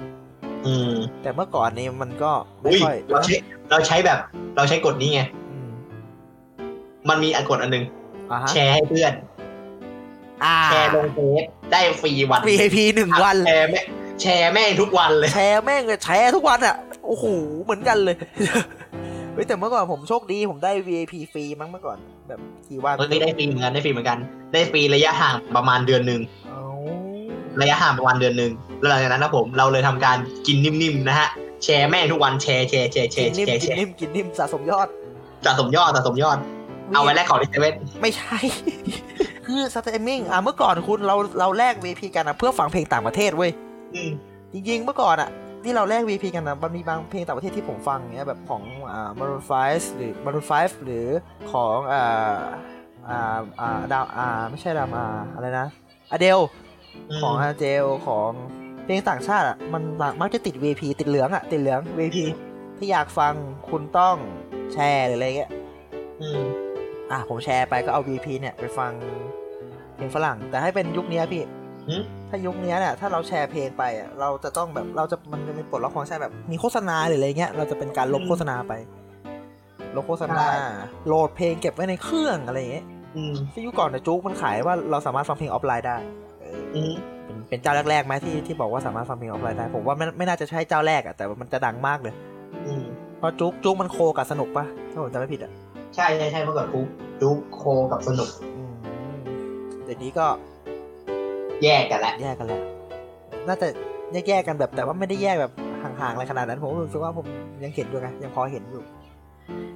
Speaker 2: อืม
Speaker 3: แต่เมื่อก่อนนี่มันก็ไม่
Speaker 2: อุ้ย
Speaker 3: ค่อย
Speaker 2: เราใช้เราใช้แบบ เราใช้กฎนี้ไง
Speaker 3: อืม
Speaker 2: มันมีอันกฎอันหนึง
Speaker 3: อ่าฮะ
Speaker 2: แชร์ให้เพื่อน
Speaker 3: อ่า
Speaker 2: แชร์ลงเฟซได้ฟรีวัน
Speaker 3: VIP หนึ่งวัน
Speaker 2: แชร์แม่แชร์แม่งทุกวันเลย
Speaker 3: แชร์แม่งเลยแชร์ทุกวันอ่ะ โอ้โห เหมือนกันเลย เฮ้ยแต่เมื่อก่อนผมโชคดีผมได้ VIP ฟรีมั้งเมื่อก่อน แบบกี่วัน
Speaker 2: เอ้ยได้ฟรีเหมือนกันได้ฟรีเหมือนกัน ได้ฟรีระยะห่างประมาณเดือนหนึ่ง
Speaker 3: เอา
Speaker 2: ระยะห่างประมาณเดือนหนึ่งแล้วหลังจากนั้นนะผมเราเลยทำการกินนิ่มๆนะฮะแชร์แม่งทุกวันแชร์แชร์แชร์แช
Speaker 3: กิน
Speaker 2: ร์
Speaker 3: นิ่ม
Speaker 2: แชร์แช
Speaker 3: กิน
Speaker 2: ร์
Speaker 3: นิ่มกินนิ่มสะสมยอด
Speaker 2: สะสมยอดสะสมยอด เอาไว้แลกของในเซเว่น
Speaker 3: ไม่ใช่ คือสตรีมมิ่งอ่ะเมื่อก่อนคุณเราเราแลก VIP กันอะเพื่อฟังเพลงต่างประเทศเว้ย
Speaker 2: อืม
Speaker 3: จริงๆ เมื่อก่อนอะที่เราแลก VIP กันนะมันมีบางเพลงต่างประเทศที่ผมฟังเนี่ยแบบของอ่า Maroon 5หรือ Maroon 5หรือของอ่าอ่าอ่าดาวอ่าไม่ใช่ดาวอ่าอะไรนะอเดล ของอาเจลของเพลงต่างชาติอ่ะมันมักจะติด VP ติดเหลืองอ่ะติดเหลือง VP ถ้าอยากฟังคุณต้องแชร์หรืออะไรเงี้ย
Speaker 2: อืม
Speaker 3: อ่ะผมแชร์ไปก็เอา VP เนี่ยไปฟังเพลงฝรั่ง แต่ให้เป็นยุคเนี้ยพี่
Speaker 2: อืม
Speaker 3: ถ้ายุคเนี้ยเนี่ยถ้าเราแชร์เพลงไปอ่ะเราจะต้องแบบเราจะมันจะเป็นปลดล็อกของแชร์แบบมีโฆษณาหรืออะไรเงี้ยเราจะเป็นการลบโฆษณาไปลบโฆษณาโหลดเพลงเก็บไว้ในเครื่องอะไรเงี้ย
Speaker 2: อืม
Speaker 3: ซึ่งยุคก่อนเนี่ยจุกมันขายว่าเราสามารถฟังเพลงออฟไลน์ได้
Speaker 2: อืม
Speaker 3: เป็นเป็นเจ้าแรกๆไหมที่ที่บอกว่าสามารถฟังเพลงออฟไลน์ได้ผมว่าไม่ไม่น่าจะใช่เจ้าแรกอะแต่ว่ามันจะดังมากเลย
Speaker 2: อืม
Speaker 3: เพราะจุกจุกมันโคกับสนุกปะถ้าผมจำไม่ผิดอะ
Speaker 2: ใช่ใช่ใช่เมื่อก่อนครูดูโคกับสนุก
Speaker 3: อืมเดี๋ยวนี้ก็
Speaker 2: แยกกันแล้ว
Speaker 3: แยกกันแล้วน่าจะแยกแยกๆกันแบบแต่ว่าไม่ได้แยกแบบห่างๆอะไรขนาดนั้น ผมรู้สึกว่าผมยังเห็นอยู่ไงยังพอเห็นอยู่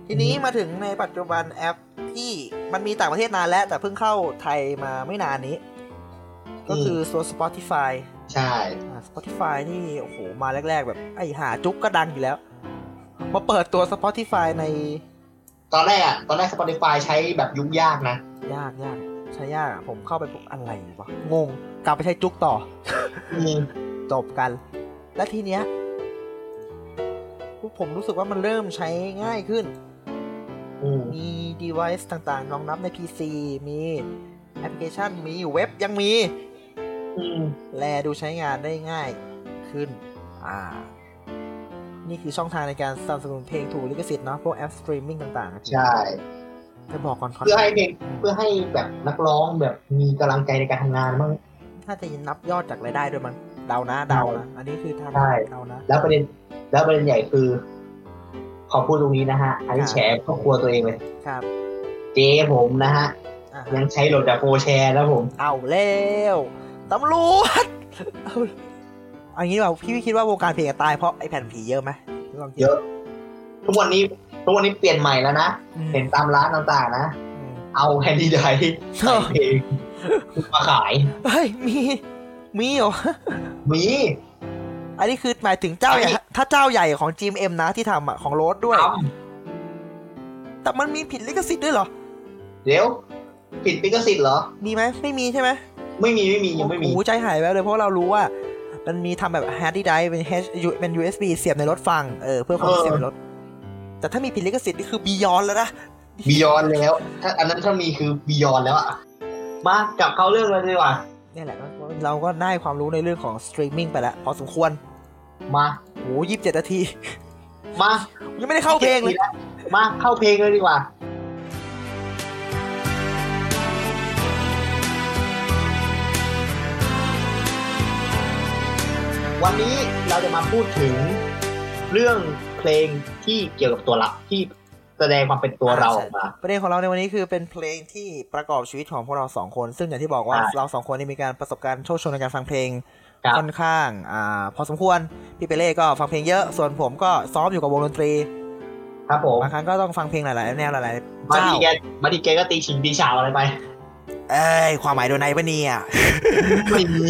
Speaker 3: ทีนี้มาถึงในปัจจุบันแอปที่มันมีต่างประเทศนานแล้ว แต่เพิ่งเข้าไทยมาไม่นานนี้ ก็คือตัว Spotify
Speaker 2: ใช่
Speaker 3: อ่า Spotify นี่โอ้โหมาแรก ๆ แบบไอ้หาจุกก็ดังอยู่แล้วมาเปิดตัว Spotify ใน
Speaker 2: ตอนแรกอะตอนแรก Spotify ใช้แบบยุ่งยากนะ
Speaker 3: ยากยากใช้ยากอะผมเข้าไปปุ๊บอะไรวะงง กลับไปใช้จุกต่อ
Speaker 2: อืม
Speaker 3: จบกัน และทีเนี้ยผมรู้สึกว่ามันเริ่มใช้ง่ายขึ้น
Speaker 2: อืม
Speaker 3: มี device ต่างๆ รองรับใน PC มีแอปพลิเคชันมีเว็บยังมี
Speaker 2: อืม
Speaker 3: แลดูใช้งานได้ง่ายขึ้น อ่า นี่คือช่องทางในการสนับสนุนเพลงถูกลิขสิทธิ์เนาะ พวกแอปสตรีมมิ่งต่าง
Speaker 2: ใช่
Speaker 3: ๆจะบอกก่อนคอน
Speaker 2: เพื่อให้เพลงเพื่อให้แบบนักร้องแบบมีกำลังใจในการทำงานบ้าง
Speaker 3: ถ้าจะนับยอดจากรายได้ด้วยมัน เดานะ เดานะ อันนี้คือทาง
Speaker 2: ใช่
Speaker 3: เดานะ
Speaker 2: แล้วประเด็นแล้วประเด็นใหญ่คือ ขอพูดตรงนี้นะฮะ อันนี้
Speaker 3: ครับ
Speaker 2: แฉครอบครัวตัวเองเลย
Speaker 3: ครับ
Speaker 2: เจ๊ผมนะฮะ
Speaker 3: อ่ะ
Speaker 2: ยังใช้โหลดจากโฟแชร์แล้วผม
Speaker 3: เอาแล้วตำรวจ เอาเอางี้ดีกว่าพี่พี่คิดว่าวงการเพลงจะตายเพราะไอแผ่นผีเยอะไหมลองคิด
Speaker 2: เยอะ ทุกวันนี้ทุกวันนี้เปลี่ยนใหม่แล้วนะ
Speaker 3: อืม
Speaker 2: เห็นตามร้านต่างๆนะ
Speaker 3: อืม
Speaker 2: เอาแฮนดี้ไดร์ใส่เพลงมาขาย
Speaker 3: เฮ้ย มี มีเหรอ
Speaker 2: มี
Speaker 3: อันนี้คือหมายถึงเจ้าใหญ่
Speaker 2: อันนี้
Speaker 3: ถ้าเจ้าใหญ่ของ GMM นะที่ทำอ่ะ ของโรสด้วย
Speaker 2: เอา
Speaker 3: แต่มันมีผิดลิขสิทธิ์ด้วยเหรอ
Speaker 2: เดี๋ยว ผิดปิกสิทธิ์เหรอ
Speaker 3: มีไหมไม่มีใช่ไหม
Speaker 2: ไม่มีไม่มียังไม่มี
Speaker 3: โอ้โหใจหายไปเลยเพราะเรารู้ว่า มันมีทำแบบ hard drive เป็น H เป็น USB เสียบในรถฟังเออเพื่อความ
Speaker 2: เออ
Speaker 3: เสียบในรถ แต่ถ้ามีผิดลิขสิทธิ์นี่คือบียอนแล้วนะ
Speaker 2: บียอนแล้ว ถ้าอันนั้นถ้ามีคือบียอนแล้วอะมากลับเข้าเรื่องเลยดีกว่า
Speaker 3: เนี่ยแหละเราก็ได้ความรู้ในเรื่องของสตรีมมิ่งไปแล้วพอสมควร
Speaker 2: มา
Speaker 3: โอ้ยี่สิบเจ็ดนาที
Speaker 2: มา
Speaker 3: ยังไม่ได้เข้าเพลงเลย
Speaker 2: มาเข้าเพลงเลยดีกว่า วันนี้เราจะมาพูดถึงเรื่องเพลงที่เกี่ยวกับตัวเราที่แสดงความเป็นตัวเราออกมา
Speaker 3: ประเด็นของเราในวันนี้คือเป็นเพลงที่ประกอบชีวิตของพวกเราสองคน ซึ่งอย่างที่บอกว่า
Speaker 2: ใช่
Speaker 3: เราสองคนนี่มีการประสบการณ์โชคชนในการฟังเพลง
Speaker 2: ครับ
Speaker 3: ค่อนข้างอ่าพอสมควรพี่เปเล่ก็ฟังเพลงเยอะส่วนผมก็ซ้อมอยู่กับวงดนตรี
Speaker 2: ครับผม
Speaker 3: บางครั้งก็ต้องฟังเพลงหลายๆแนวหลายๆ
Speaker 2: มา
Speaker 3: เจ้า
Speaker 2: ดีแกมาดีแกก็ตีชิงตีชาวอะไรไป
Speaker 3: เอ้ยความหมายโดยในปะ เนี่ย
Speaker 2: ไม่มี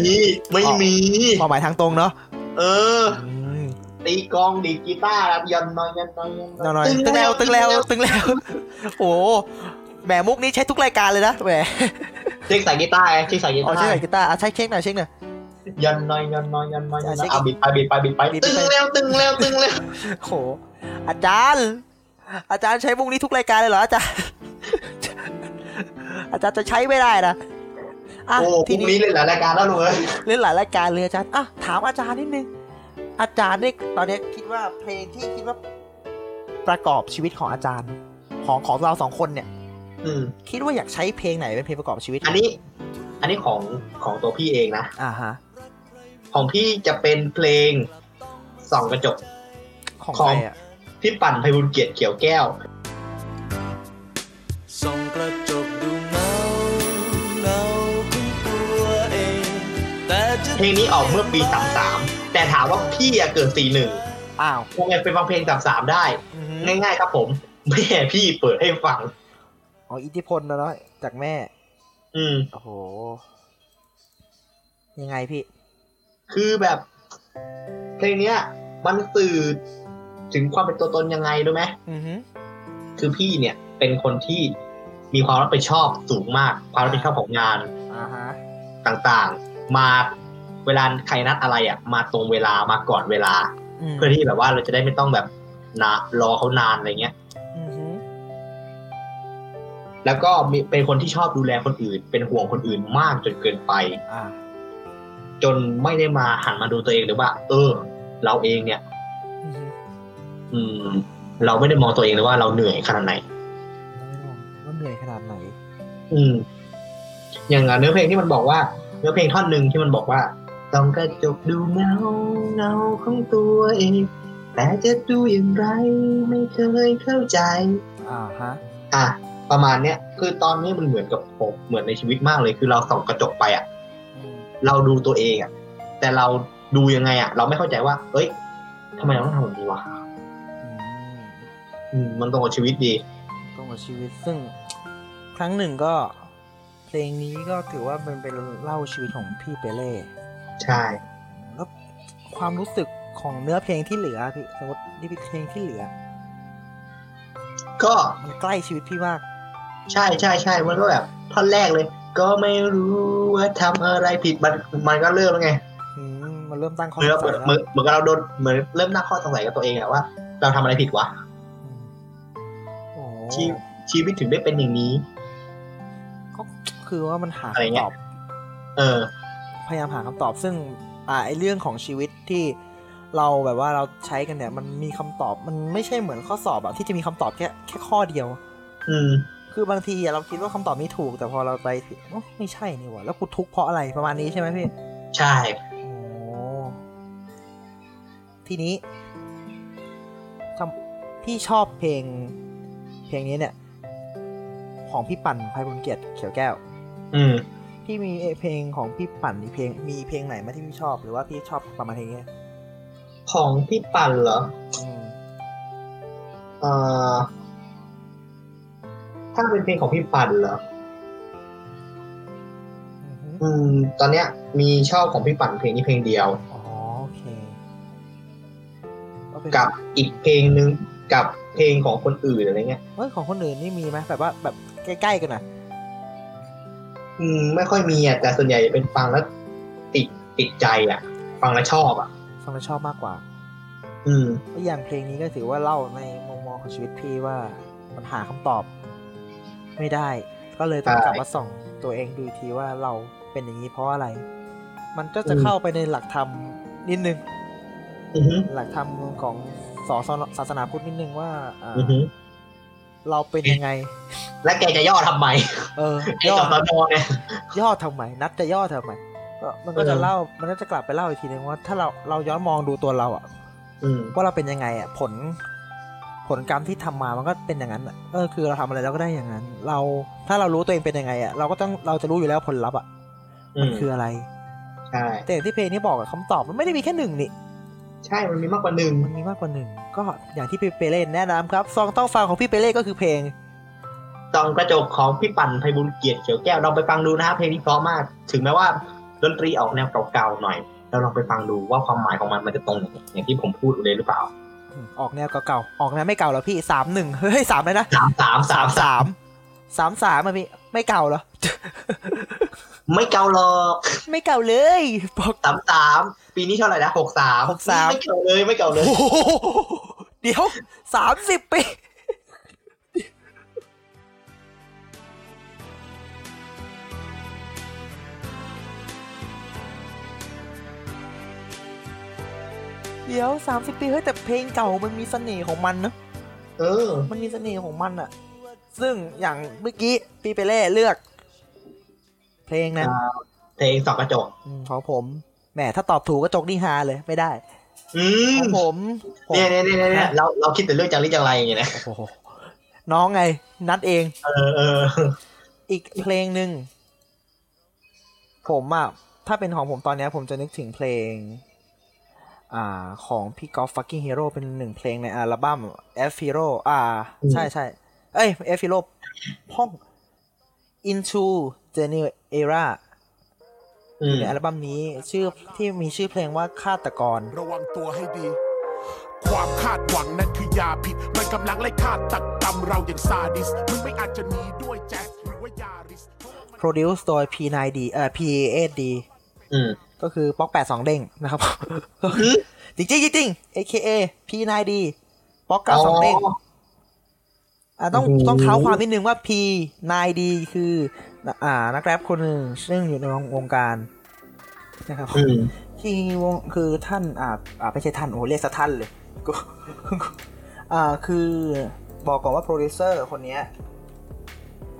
Speaker 2: ไม่มี
Speaker 3: ความหมายทางตรงเนาะ
Speaker 2: เออ
Speaker 3: อืม
Speaker 2: ตีกลองดีดกีตาร์ครับยันนอยยันนอยยัน
Speaker 3: หน่อยๆตึงแล้วตึงแล้วตึงแล้ว โอ้โหแหมมุกนี้ใช้ทุกรายการเลยนะแหม
Speaker 2: เช็คสายกีตาร์ไงเช็คสายกี
Speaker 3: อ๋อ
Speaker 2: ตา
Speaker 3: ใช่
Speaker 2: ร์
Speaker 3: กีตาร์อ่ะใช้เช็คหน่อยเช็คหน่อย
Speaker 2: ยันนอยยันนอยยันนอยยันน
Speaker 3: ใช่
Speaker 2: อยเอาบิดไปบิดไปบิดไป
Speaker 3: บิดไป
Speaker 2: ตึงแล้วตึงแล้วตึงแล้ว
Speaker 3: โห อาจารย์ อาจารย์ใช้มุกนี้ทุกรายการเลยเหรออาจารย์ อาจารย์จะใช้ไม่ได้นะอ่ะ
Speaker 2: โอ้พ
Speaker 3: ที
Speaker 2: รุ่ง
Speaker 3: นี้
Speaker 2: นี้เลยเหรอรายการแล้วหนูเอ้ย
Speaker 3: เรื่องหลายรายการเลยอาจารย์อ่ะถามอาจารย์นิดนึง อาจารย์เนี่ยตอนเนี้ยคิดว่าเพลงที่คิดว่าประกอบชีวิตของอาจารย์ ของของเราสองคนเนี่ย
Speaker 2: อืม
Speaker 3: คิดว่าอยากใช้เพลงไหนเป็นเพลงประกอบชีวิต
Speaker 2: อันนี้ อันนี้ของของตัวพี่เองนะ
Speaker 3: อ่าฮะ
Speaker 2: ของพี่จะเป็นเพลงส่องกระจก
Speaker 3: ของ
Speaker 2: ข
Speaker 3: ใค
Speaker 2: อ
Speaker 3: รง อ่ะ
Speaker 2: พี่ปั่นไพบุญเกียรติเขียวแก้ว
Speaker 4: ส่องกระจกดูเงาเงาของตัวเอง แต่จะ
Speaker 2: เพลงนี้ออกเมื่อปี33แต่ถามว่าพี่อะเกิด41
Speaker 3: อ้าว
Speaker 2: คงจะเป็นฟังเพลงสามสามได้
Speaker 3: อือฮึ
Speaker 2: ง่ายๆครับผม แม่พี่เปิดให้ฟัง
Speaker 3: อ๋ออิทธิพลนะเนาะจากแม่
Speaker 2: อืม
Speaker 3: โอ้โห ยังไงพี่
Speaker 2: คือแบบ เพลงเนี้ย มันสื่อถึงความเป็นตัวตนยังไงรู้ไหม
Speaker 3: อือฮึ
Speaker 2: คือพี่เนี่ย เป็นคนที่มีความรับผิดชอบสูงมาก ความรับผิดชอบของงาน
Speaker 3: อ่าฮะ
Speaker 2: ต่างๆ มาเวลาใครนัดอะไรอ่ะ มาตรงเวลามาก่อนเวลา
Speaker 3: ม
Speaker 2: เพื่อที่แบบว่าเราจะได้ไม่ต้องแบบนะรอเขานานอะไรเงี้ย
Speaker 3: อือฮึ
Speaker 2: แล้วก็มีเป็นคนที่ชอบดูแลคนอื่น เป็นห่วงคนอื่นมากจนเกินไป
Speaker 3: อ่า
Speaker 2: จนไม่ได้มาหันมาดูตัวเองหรือว่า เออ เราเองเนี่ย
Speaker 3: อือฮึ
Speaker 2: อืม เราไม่ได้มองตัวเองเลยว่าเราเหนื่อยขนาดไหน
Speaker 3: ว่าเหนื่อยขนาดไหน
Speaker 2: อืม อย่างอ่ะเนื้อเพลงที่มันบอกว่า เนื้อเพลงท่อนหนึ่งที่มันบอกว่าต้องกระจกดูเงาเงาของตัวเอง แต่จะดูอย่างไร ไม่เคยเข้าใจ
Speaker 3: อ่าฮะ
Speaker 2: อ่ะประมาณเนี้ยคือตอนนี้มันเหมือนกับผมเหมือนในชีวิตมากเลย คือเราส่องกระจกไปอ่ะ
Speaker 3: อืม
Speaker 2: เราดูตัวเองอ่ะ แต่เราดูยังไงอ่ะ เราไม่เข้าใจว่า เอ้ยทำไมเราต้องทำแบบนี้วะ
Speaker 3: อืม
Speaker 2: อืมมันตรงกับชีวิตดี
Speaker 3: ตรงกับชีวิตซึ่ง ครั้งหนึ่งก็ เพลงนี้ก็ถือว่าเป็นเป็นเล่าชีวิตของพี่เปเล่
Speaker 2: ใช่
Speaker 3: แล้วความรู้สึกของเนื้อเพลงที่เหลือพี่สมมตินี่เป็นเพลงที่เหลือ
Speaker 2: ก็
Speaker 3: มันใกล้ชีวิตพี่มาก
Speaker 2: ใช่ใช่ใช่มันก็แบบท่อนแรกเลย ก็ไม่รู้ว่าทำอะไรผิดมันมันก็เริ่มแล้วไง
Speaker 3: อืม มันเริ่มตั้งข้อ
Speaker 2: เหมือน
Speaker 3: ส
Speaker 2: เหมือน
Speaker 3: งสัย
Speaker 2: เหมือนเหมือนกับเราโดนเหมือนเริ่มตั้งข้อสงสัยกับตัวเองอะว่า เราทำอะไรผิดวะ
Speaker 3: อืมโอ้
Speaker 2: ชีวิต ชีวิตถึงได้เป็นอย่างนี้
Speaker 3: ก็คือว่ามันหา
Speaker 2: อะไรเงี้ย
Speaker 3: คำตอบ
Speaker 2: เออ
Speaker 3: พยายามหาคำตอบซึ่งอ่าไอเรื่องของชีวิตที่เราแบบว่าเราใช้กันเนี่ย มันมีคำตอบมันไม่ใช่เหมือนข้อสอบอะที่จะมีคำตอบแค่แค่ข้อเดียว
Speaker 2: อืม
Speaker 3: คือบางทีอะเราคิดว่าคำตอบนี้ถูก แต่พอเราไปถึงโอ๊ะไม่ใช่นี่หว่าแล้วกูทุกข์เพราะอะไรประมาณนี้ใช่ไหมพี่
Speaker 2: ใช่
Speaker 3: โอ้ทีนี้ทำพี่ชอบเพลง เพลงนี้เนี่ย ของพี่ปั่นไพบุญเกียรติเขียวแก้ว
Speaker 2: อืม
Speaker 3: พี่มีเพลงของพี่ปั่นมีเพลงมีเพลงไหนไหมที่พี่ชอบหรือว่าพี่ชอบประมาณเพลงเนี้ย
Speaker 2: ของพี่ปั่นเหรอ
Speaker 3: อืม
Speaker 2: เออถ้าเป็นเพลงของพี่ปั่นเหรอ
Speaker 3: อือฮึ
Speaker 2: อืม ตอนเนี้ย มีชอบของพี่ปั่นเพลงนี้เพลงเดียว
Speaker 3: อ๋อโอเคก็เป็น
Speaker 2: กับอีกเพลงหนึ่งกับเพลงของคนอื่นอะไรเงี้ย
Speaker 3: เฮ้ยของคนอื่นนี่มีไหมแบบว่าแบบใกล้ๆกันอ่ะ
Speaker 2: อืมไม่ค่อยมีอ่ะแต่ส่วนใหญ่เป็นฟังแล้วติดติดใจอ่ะ ฟังแล้วชอบอ่ะ
Speaker 3: ฟังแล้วชอบมากกว่า
Speaker 2: อืม
Speaker 3: แล้วอย่างเพลงนี้ก็ถือว่าเล่าในมุมมองของชีวิตพี่ว่ามันหาคำตอบ ไม่ได้ ก็เลยต้อง
Speaker 2: ใช่
Speaker 3: กลับมาส่องตัวเองดูอีกทีว่าเราเป็นอย่างนี้เพราะอะไร มันก็จะ
Speaker 2: อืม
Speaker 3: เข้าไปในหลักธรรมนิดนึง
Speaker 2: อือฮึ
Speaker 3: หลักธรรมของสอนศาสนาพุทธนิดนึงว่าอ่า
Speaker 2: อือฮึ
Speaker 3: เราเป็นยังไง
Speaker 2: แล้วแกจะย่อทำไม
Speaker 3: เออ
Speaker 2: ไอ้
Speaker 3: ย่อ
Speaker 2: จอมนอนเนี่ย
Speaker 3: ย่อทำไมนัดจะย่อทำไมก็มันก็จะ
Speaker 2: เออ
Speaker 3: เล่ามันก็จะกลับไปเล่าอีกทีนึงว่า ถ้าเราเราย้อนมองดูตัวเราอ่ะ
Speaker 2: อืม
Speaker 3: ว่าเราเป็นยังไงอ่ะผลผลกรรมที่ทำมามันก็เป็นอย่างนั้นอะเออคือเราทำอะไรเราก็ได้อย่างนั้น เราถ้าเรารู้ตัวเองเป็นยังไงอ่ะเราก็ต้องเราจะรู้อยู่แล้วผลลัพธ์อ่ะ
Speaker 2: อืม
Speaker 3: คืออะไร
Speaker 2: ใช่
Speaker 3: แต่อย่างที่เพลงนี้บอกอะคำตอบมันไม่ได้มีแค่หนึ่งนี่
Speaker 2: ใช่มันมีมากกว่าหนึ่ง
Speaker 3: มันมีมากกว่าหนึ่งก็อย่างที่พี่เปเล่แนะนำครับซองต้องฟังของพี่เปเล่ก็คือเพลง
Speaker 2: ตองกระจกของพี่ปั่นไพบุญเกียรติเขียวแก้วลองไปฟังดูนะฮะเพลงนี้เพราะมาก ถึงแม้ว่าดนตรีออกแนวเก่าๆหน่อยเราลองไปฟังดูว่าความหมายของมันมันจะตรงอย่างที่ผมพูดเลยหรือเปล่า
Speaker 3: ออกแนวเก่าๆออกแนวไม่เก่าแล้วพี่สามหนึ่งเฮ้ยสามเลยนะ
Speaker 2: สามสามสามสาม
Speaker 3: สามสามอะพี่ไม่เก่าเหรอ
Speaker 2: ไม่เก่าหรอก
Speaker 3: ไม่เก่าเลยบอก
Speaker 2: สามสามปีนี้เท่าไหร่นะหกสาม
Speaker 3: หกสาม
Speaker 2: ไม่เก่าเลยไม่เก่าเลย
Speaker 3: โอ้โหเดี๋ยวสามสิบปี เดี๋ยวสามสิบปีเฮ้ยแต่เพลงเก่ามันมีเสน่ห์ของมันนะ
Speaker 2: เออ
Speaker 3: มันมีเสน่ห์ของมันอะซึ่งอย่างเมื่อกี้ปีเปเล่เลือก เพลงนะ
Speaker 2: อ่า เพลงสองกระจก
Speaker 3: อืมของผมแหมถ้าตอบถูกก็จกนี่ฮาเลยไม่ได้
Speaker 2: อื
Speaker 3: ข
Speaker 2: ม
Speaker 3: องผมผม
Speaker 2: เนี่ยเนี่ยเนี่ยเนี่ย
Speaker 3: ฮะ
Speaker 2: เราเราคิดแต่เรื่องจังลิจังไรอย่างเงี้ยนะ
Speaker 3: โอ้โหน้องไง นัดเอง
Speaker 2: เออเออ
Speaker 3: อีกเพลงหนึ่ง ผมอะถ้าเป็นของผมตอนเนี้ยผมจะนึกถึงเพลง อ่า ของพี่กอล์ฟฟักกิ้งฮีโร่เป็นหนึ่งเพลงในอัลบั้ม F Hero อ่า ใช่ใช่เอ้ย F Hero พ้อง Into the New Era
Speaker 2: อืม
Speaker 3: ในอัลบั้มนี้ชื่อที่มีชื่อเพลงว่าฆาตกร
Speaker 5: ระวังตัวให้ดี ความคาดหวังนั้นคือยาพิษ มันกำลังไล่ฆ่าตักกรรมเราอย่างซาดิส มึงไม่อาจจะหนีด้วยแจ๊สหรือว่ายาริส
Speaker 3: Produce โดย P9D เอ่อ P8D
Speaker 2: อืม
Speaker 3: ก็คือป๊อกแปดสองเด้งนะครับ จริงจริงจริงๆ AKA P9D ป๊อกเก้าสองเด้ง
Speaker 2: อ๋อ
Speaker 3: อ่ะต้อง
Speaker 2: โอ้โห
Speaker 3: ต้องเท้าความนิดนึงว่า P9D คืออ่านักแรปคนหนึ่งซึ่งอยู่ในวงการนะครับ
Speaker 2: อืม
Speaker 3: ที่วงคือท่านอ่าอ่าไม่ใช่ท่านโอ้โหเรียกซะท่านเลย กูอ่าคือบอกก่อนว่าโปรดิวเซอร์คนเนี้ย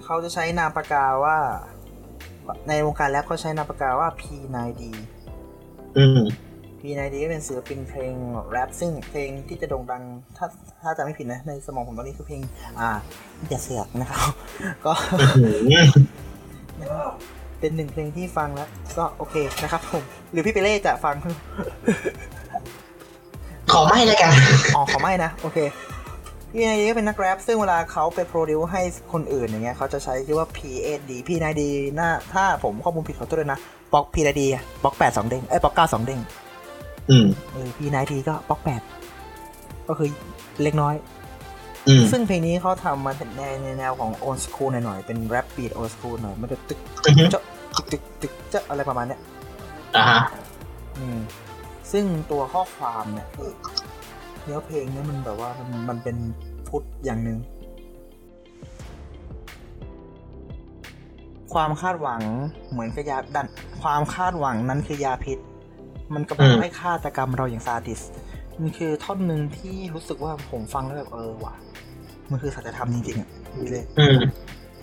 Speaker 3: เขาจะใช้นามปากกาว่า ในวงการแรปเขาใช้นามปากกาว่า P9D
Speaker 2: อืม
Speaker 3: มีนายดีก็เป็นศิลปินเพลงแรปซึ่งเพลงที่จะโด่งดังถ้าถ้าจะไม่ผิดนะ ในสมองผมตอนนี้คือเพลง อ่าอย่าเสือกนะครับ ก็ เป็นหนึ่งเพลงที่ฟังแล้ว ก็โอเคนะครับผม หรือพี่เปเล่จะฟัง
Speaker 2: ขอไม่เลยกัน
Speaker 3: อ๋อขอไม่นะ โอเคพี่นายดีก็เป็นนักแรปซึ่งเวลาเขาไปโปรดิวให้คนอื่นอย่างเงี้ยเขาจะใช้ชื่อว่า PAD พี่นายดีน่าถ้าผมข้อมูลผิดขอโทษด้วยนะบล็อกพีนายดีบล็อกแปดสองเด้งเอ้ยบล็อกเก้าสองเด้ง
Speaker 2: อืม
Speaker 3: เออพีนายทีก็ป๊อกแปดก็คือเล็กน้อย
Speaker 2: อืม
Speaker 3: ซึ่งเพลงนี้เขาทำมาในในแนวของโอ s สคูลหน่อยๆ เป็นแรปปีดโอ s สคูลหน่อย มันจะตึก
Speaker 2: อือฮึ
Speaker 3: เจาะตึกตึกตึกเจาะอะไรประมาณเนี้ย
Speaker 2: อ่าฮะ
Speaker 3: อืมซึ่งตัวข้อความเนี่ยเนื้อเพลงเนี่ยมันแบบว่ามันมันเป็นพุทธอย่างหนึ่ง ความคาดหวังเหมือนกับยาดัน ความคาดหวังนั้นคือยาพิษ มันกำลัง
Speaker 2: อืม
Speaker 3: ไล่ฆาตกรรมเราอย่างซาดิส มันคือท่อนหนึ่งที่รู้สึกว่าผมฟังแล้วแบบเออว่ะ มันคือสัจธรรมจริงๆอ่ะคือเลย
Speaker 2: อืม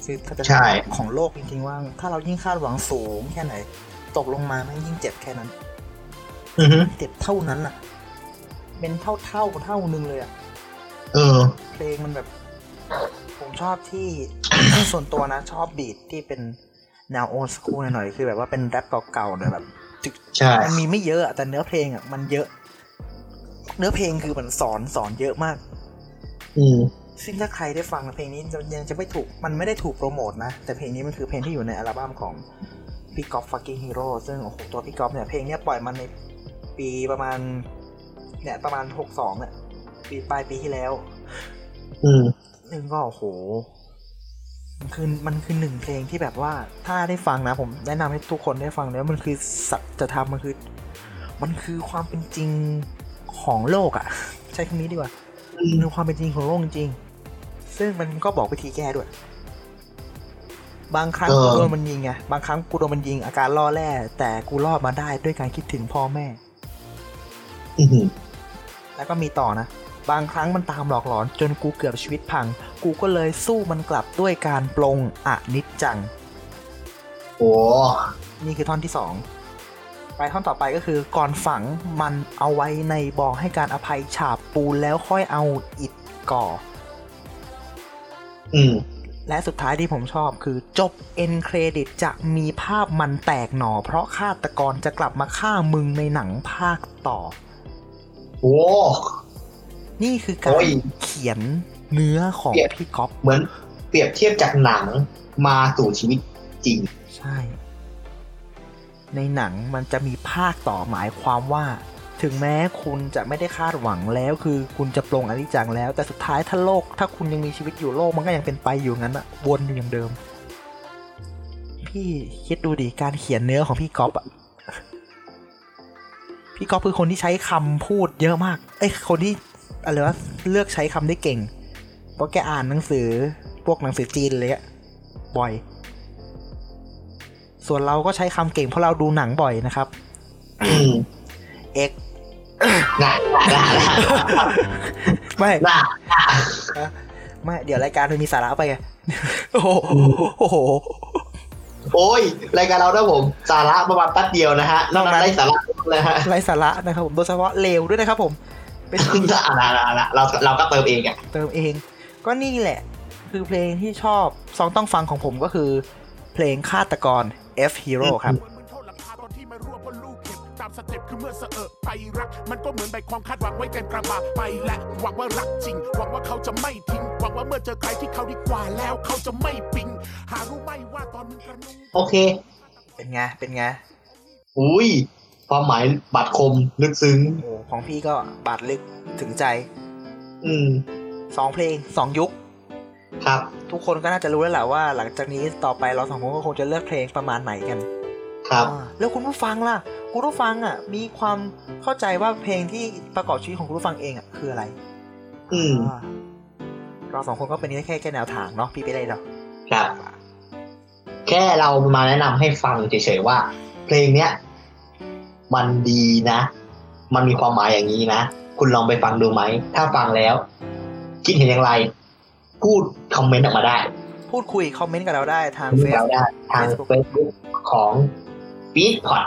Speaker 3: คือสัจธร
Speaker 2: ใช่
Speaker 3: รมของโลกจริงๆว่า ถ้าเรายิ่งคาดหวังสูงแค่ไหน ตกลงมาแม่งยิ่งเจ็บแค่นั้น
Speaker 2: อือฮึ
Speaker 3: เจ็บเท่านั้นอ่ะ เป็นเท่าเท่าๆเท่านึงเลยอ่ะ
Speaker 2: เออ
Speaker 3: เพลงมันแบบ ผมชอบที่ ส่วนตัวนะ ชอบบีทที่เป็นแนวโอ h o ู l หน่อยๆคือแบบว่าเป็นแรปเก่าๆหน่อยแบบ
Speaker 2: ใช่
Speaker 3: มันมีไม่เยอะอะแต่เนื้อเพลงอ่ะมันเยอะ เนื้อเพลงคือมันสอนสอนเยอะมาก
Speaker 2: อืม
Speaker 3: ซึ่งถ้าใครได้ฟังเพลงนี้จะยังจะไม่ถูกมันไม่ได้ถูกโปรโมทนะ แต่เพลงนี้มันคือเพลงที่อยู่ในอัลบั้มของพี่กอฟฟักกิ้งฮีโร่ซึ่งโอ้โหตัวพี่กอฟเนี่ยเพลงเนี้ยปล่อยมันในปีประมาณ เนี่ยประมาณหกสองเนี่ยปีปลายปีที่แล้ว
Speaker 2: อืม
Speaker 3: ซึ่งก็โอ้โห มันคือมันคือหนึ่งเพลงที่แบบว่าถ้าได้ฟังนะผมแนะนำให้ทุกคนได้ฟังเลยว่ามันคือสัจธรรมมันคือ มันคือความเป็นจริงของโลกอะ่ะ ใช้คำนี้ดีกว่ามันคือความเป็นจริงของโลกจริงๆซึ่งมันก็บอกวิธีแก้ด้วย บางครั้ง
Speaker 2: เออ
Speaker 3: กูโดนมันยิงไงบางครั้งกูโดนมันยิงอาการล่อแร่แต่กูรอดมาได้ด้วยการคิดถึงพ่อแม่
Speaker 2: อือหือ
Speaker 3: แล้วก็มีต่อนะ บางครั้งมันตามหลอกหลอนจนกูเกือบชีวิตพัง กูก็เลยสู้มันกลับด้วยการปลงอนิจจัง
Speaker 2: โอ้
Speaker 3: นี่คือท่อนที่สองไปท่อนต่อไปก็คือก่อนฝังมันเอาไว้ในบ่อให้การอภัยฉาบปูนแล้วค่อยเอาอิฐก่อ
Speaker 2: อืม
Speaker 3: และสุดท้ายที่ผมชอบคือจบ end credit จะมีภาพมันแตกหน่อ เพราะฆาตกรจะกลับมาฆ่ามึงในหนังภาคต่อ
Speaker 2: โอ้
Speaker 3: นี่คือการ
Speaker 2: โอ้ย
Speaker 3: เขียนเนื้อของพี่ก๊อฟ
Speaker 2: เหมือนเปรียบเทียบจากหนังมาสู่ชีวิตจริง
Speaker 3: ใช่ ในหนังมันจะมีภาคต่อหมายความว่า ถึงแม้คุณจะไม่ได้คาดหวังแล้ว คือคุณจะปลงอนิจจังแล้ว แต่สุดท้ายถ้าโลก ถ้าคุณยังมีชีวิตอยู่โลกมันก็ยังเป็นไปอยู่งั้นอะวนอยู่อย่างเดิม พี่คิดดูดิการเขียนเนื้อของพี่ก๊อฟอะพี่ก๊อฟคือคนที่ใช้คำพูดเยอะมาก เอ้ยคนที่อะไรวะเลือกใช้คำได้เก่ง เพราะแกอ่านหนังสือพวกหนังสือจีนเลยอะบ่อย ส่วนเราก็ใช้คำเก่งเพราะเราดูหนังบ่อยนะครับ
Speaker 2: อืม
Speaker 3: X
Speaker 2: น่ะน่ะน่ะ
Speaker 3: ไม่
Speaker 2: น่ะ
Speaker 3: ไม่ เดี๋ยวรายการมันมีสาระไปไง โอ้โหโอ้โห
Speaker 2: โอ้ย รายการเรานะผม สาระประมาณแป๊บเดียวนะฮะนอกนั้นได้สาระเลยฮะ
Speaker 3: ไรสาระนะครับผม โดยเฉพาะเลวด้วยนะครับผม เป็นสิ่ง
Speaker 2: อ่ะน่ะน่ะน่ะเราเราก็เติมเองอ่ะ
Speaker 3: เติมเอง ก็นี่แหละ คือเพลงที่ชอบซองต้องฟังของผมก็คือ เพลงฆาตกร F Hero ครับ
Speaker 5: เหมือนโทษหลังคาตอนที่ไม่รั่วเพราะลูกเก็บตามสเต็ปคือเมื่อเสอะไปรัก มันก็เหมือนใบความคาดหวังไว้เต็มกระบะไปและหวังว่ารักจริง หวังว่าเขาจะไม่ทิ้ง หวังว่าเมื่อเจอใครที่เขาดีกว่าแล้วเขาจะไม่ปิง หารู้ไหมว่าตอนมึงกระนุ่ง
Speaker 2: โอเค
Speaker 3: เป็นไง เป็นไง
Speaker 2: อุ้ย ความหมายบัดคมลึกซึ้ง
Speaker 3: โอ้โหของพี่ก็บาดลึกถึงใจ
Speaker 2: อืม
Speaker 3: สองเพลงสองยุค
Speaker 2: ครับ
Speaker 3: ทุกคนก็น่าจะรู้แล้วแหละว่า หลังจากนี้ต่อไปเราสองคนก็คงจะเลือกเพลงประมาณไหนกัน
Speaker 2: ครับ
Speaker 3: อ่าแล้วคุณผู้ฟังล่ะ คุณผู้ฟังอ่ะ มีความเข้าใจว่าเพลงที่ประกอบชีวิตของคุณผู้ฟังเองอ่ะคืออะไร
Speaker 2: อืม
Speaker 3: อ่าเราสองคนก็เป็นแค่แค่แนวทางเนาะพี่ไปเลยเนาะ
Speaker 2: ครับ แค่เรามาแนะนำให้ฟังเฉยๆว่า เพลงเนี้ยมันดีนะ มันมีความหมายอย่างนี้นะ คุณลองไปฟังดูไหม ถ้าฟังแล้ว คิดเห็นอย่างไร พูดคอมเมนต์ออกมาได้
Speaker 3: พูดคุยคอมเมนต์กับเราได้ทาง
Speaker 2: พู
Speaker 3: เฟ
Speaker 2: ด
Speaker 3: ซ
Speaker 2: เราได้ทางเฟซบุ๊กของปีดพอด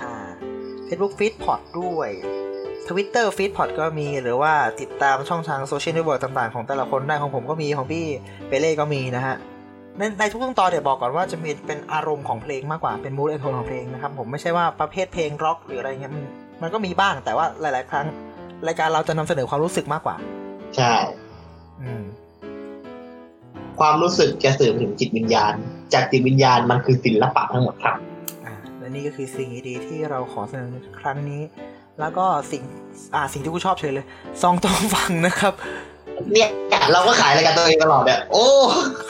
Speaker 3: อ่าเฟซบุ๊กฟีดพอดด้วยทวิตเตอร์ฟีดพอดก็มีหรือว่าติดตามช่องทางโซเชียลเน็ตเวิร์กต่าง ๆ ของแต่ละคนได้ของผมก็มีของพี่เปเล่ก็มีนะฮะ ในในทุกตอนเดี๋ยวบอกก่อนว่าจะมีเป็นอารมณ์ของเพลงมากกว่าเป็นมูดแอนโทนของเพลงนะครับผมไม่ใช่ว่าประเภทเพลงร็อกหรืออะไรเงี้ยมันมันก็มีบ้างแต่ว่าหลาย ๆ ครั้ง รายการเราจะนำเสนอความรู้สึกมากกว่า
Speaker 2: ใช่
Speaker 3: อืม
Speaker 2: ความรู้สึกจะสื่อถึงจิตวิญญาณ จากจิตวิญญาณมันคือศิลปะทั้งหมดครับ
Speaker 3: อ่าและนี่ก็คือสิ่งดีๆที่เราขอเสนอในครั้งนี้ แล้วก็สิ่งอ่าสิ่งที่กูชอบเฉยเลยซองต้องฟังนะครับ
Speaker 2: เนี่ยเราก็ขายรายการตัวเองตลอดเนี่ยโอ้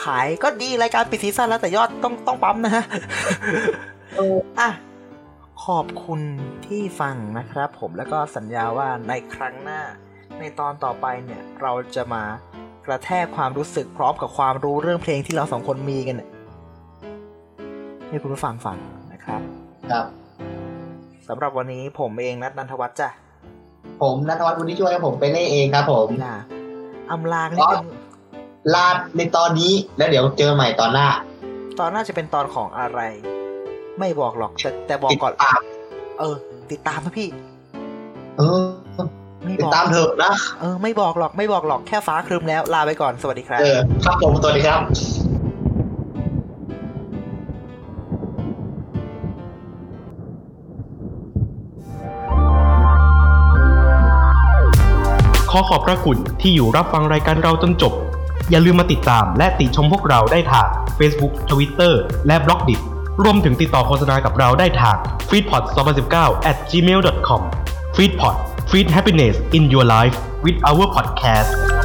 Speaker 3: ขายก็ดีรายการปิดซีซั่นแล้วแต่ยอดต้องต้องปั๊มนะฮะ อ่ะ ขอบคุณที่ฟังนะครับผมแล้วก็สัญญาว่าในครั้งหน้า ในตอนต่อไปเนี่ย เราจะมากระแทกความรู้สึกพร้อมกับความรู้เรื่องเพลงที่เราสองคนมีกันเนี่ยให้คุณผู้ฟังฟังนะครับ
Speaker 2: ครับ
Speaker 3: สำหรับวันนี้ผมเองนัทนันทวัฒน์จ้ะ
Speaker 2: ผมนัทวัฒน์บุญที่ช่วยครับผมไปเล่นเองครับผม
Speaker 3: นะอำลากันนิดนึง
Speaker 2: ลาในตอนนี้แล้วเดี๋ยวเจอใหม่ตอนหน้า
Speaker 3: ตอนหน่าจะเป็นตอนของอะไร ไม่บอกหรอกแต่แต่บอกก่อน
Speaker 2: ติดตาม
Speaker 3: เออ ติดตามนะพี่
Speaker 2: เออ
Speaker 3: ไม่
Speaker 2: ติ
Speaker 3: บ
Speaker 2: ด
Speaker 3: อก
Speaker 2: ตามเถอะนะ
Speaker 3: เออไม่บอกหรอกไม่บอกหรอกแค่ฟ้าครึมแล้วลาไปก่อนสวัสดีครับ
Speaker 2: เออ ครับผมสวัสดีครับ
Speaker 1: ขอขอบพระคุณที่อยู่รับฟังรายการเราจนจบ อย่าลืมมาติดตามและติชมพวกเราได้ทาง Facebook Twitter และ b l o g d i t รวมถึงติดต่อโฆษณากับเราได้ทาง f e e d p o t 2019 at gmail.com f e e d p o t Feed Happiness in Your Life with our podcast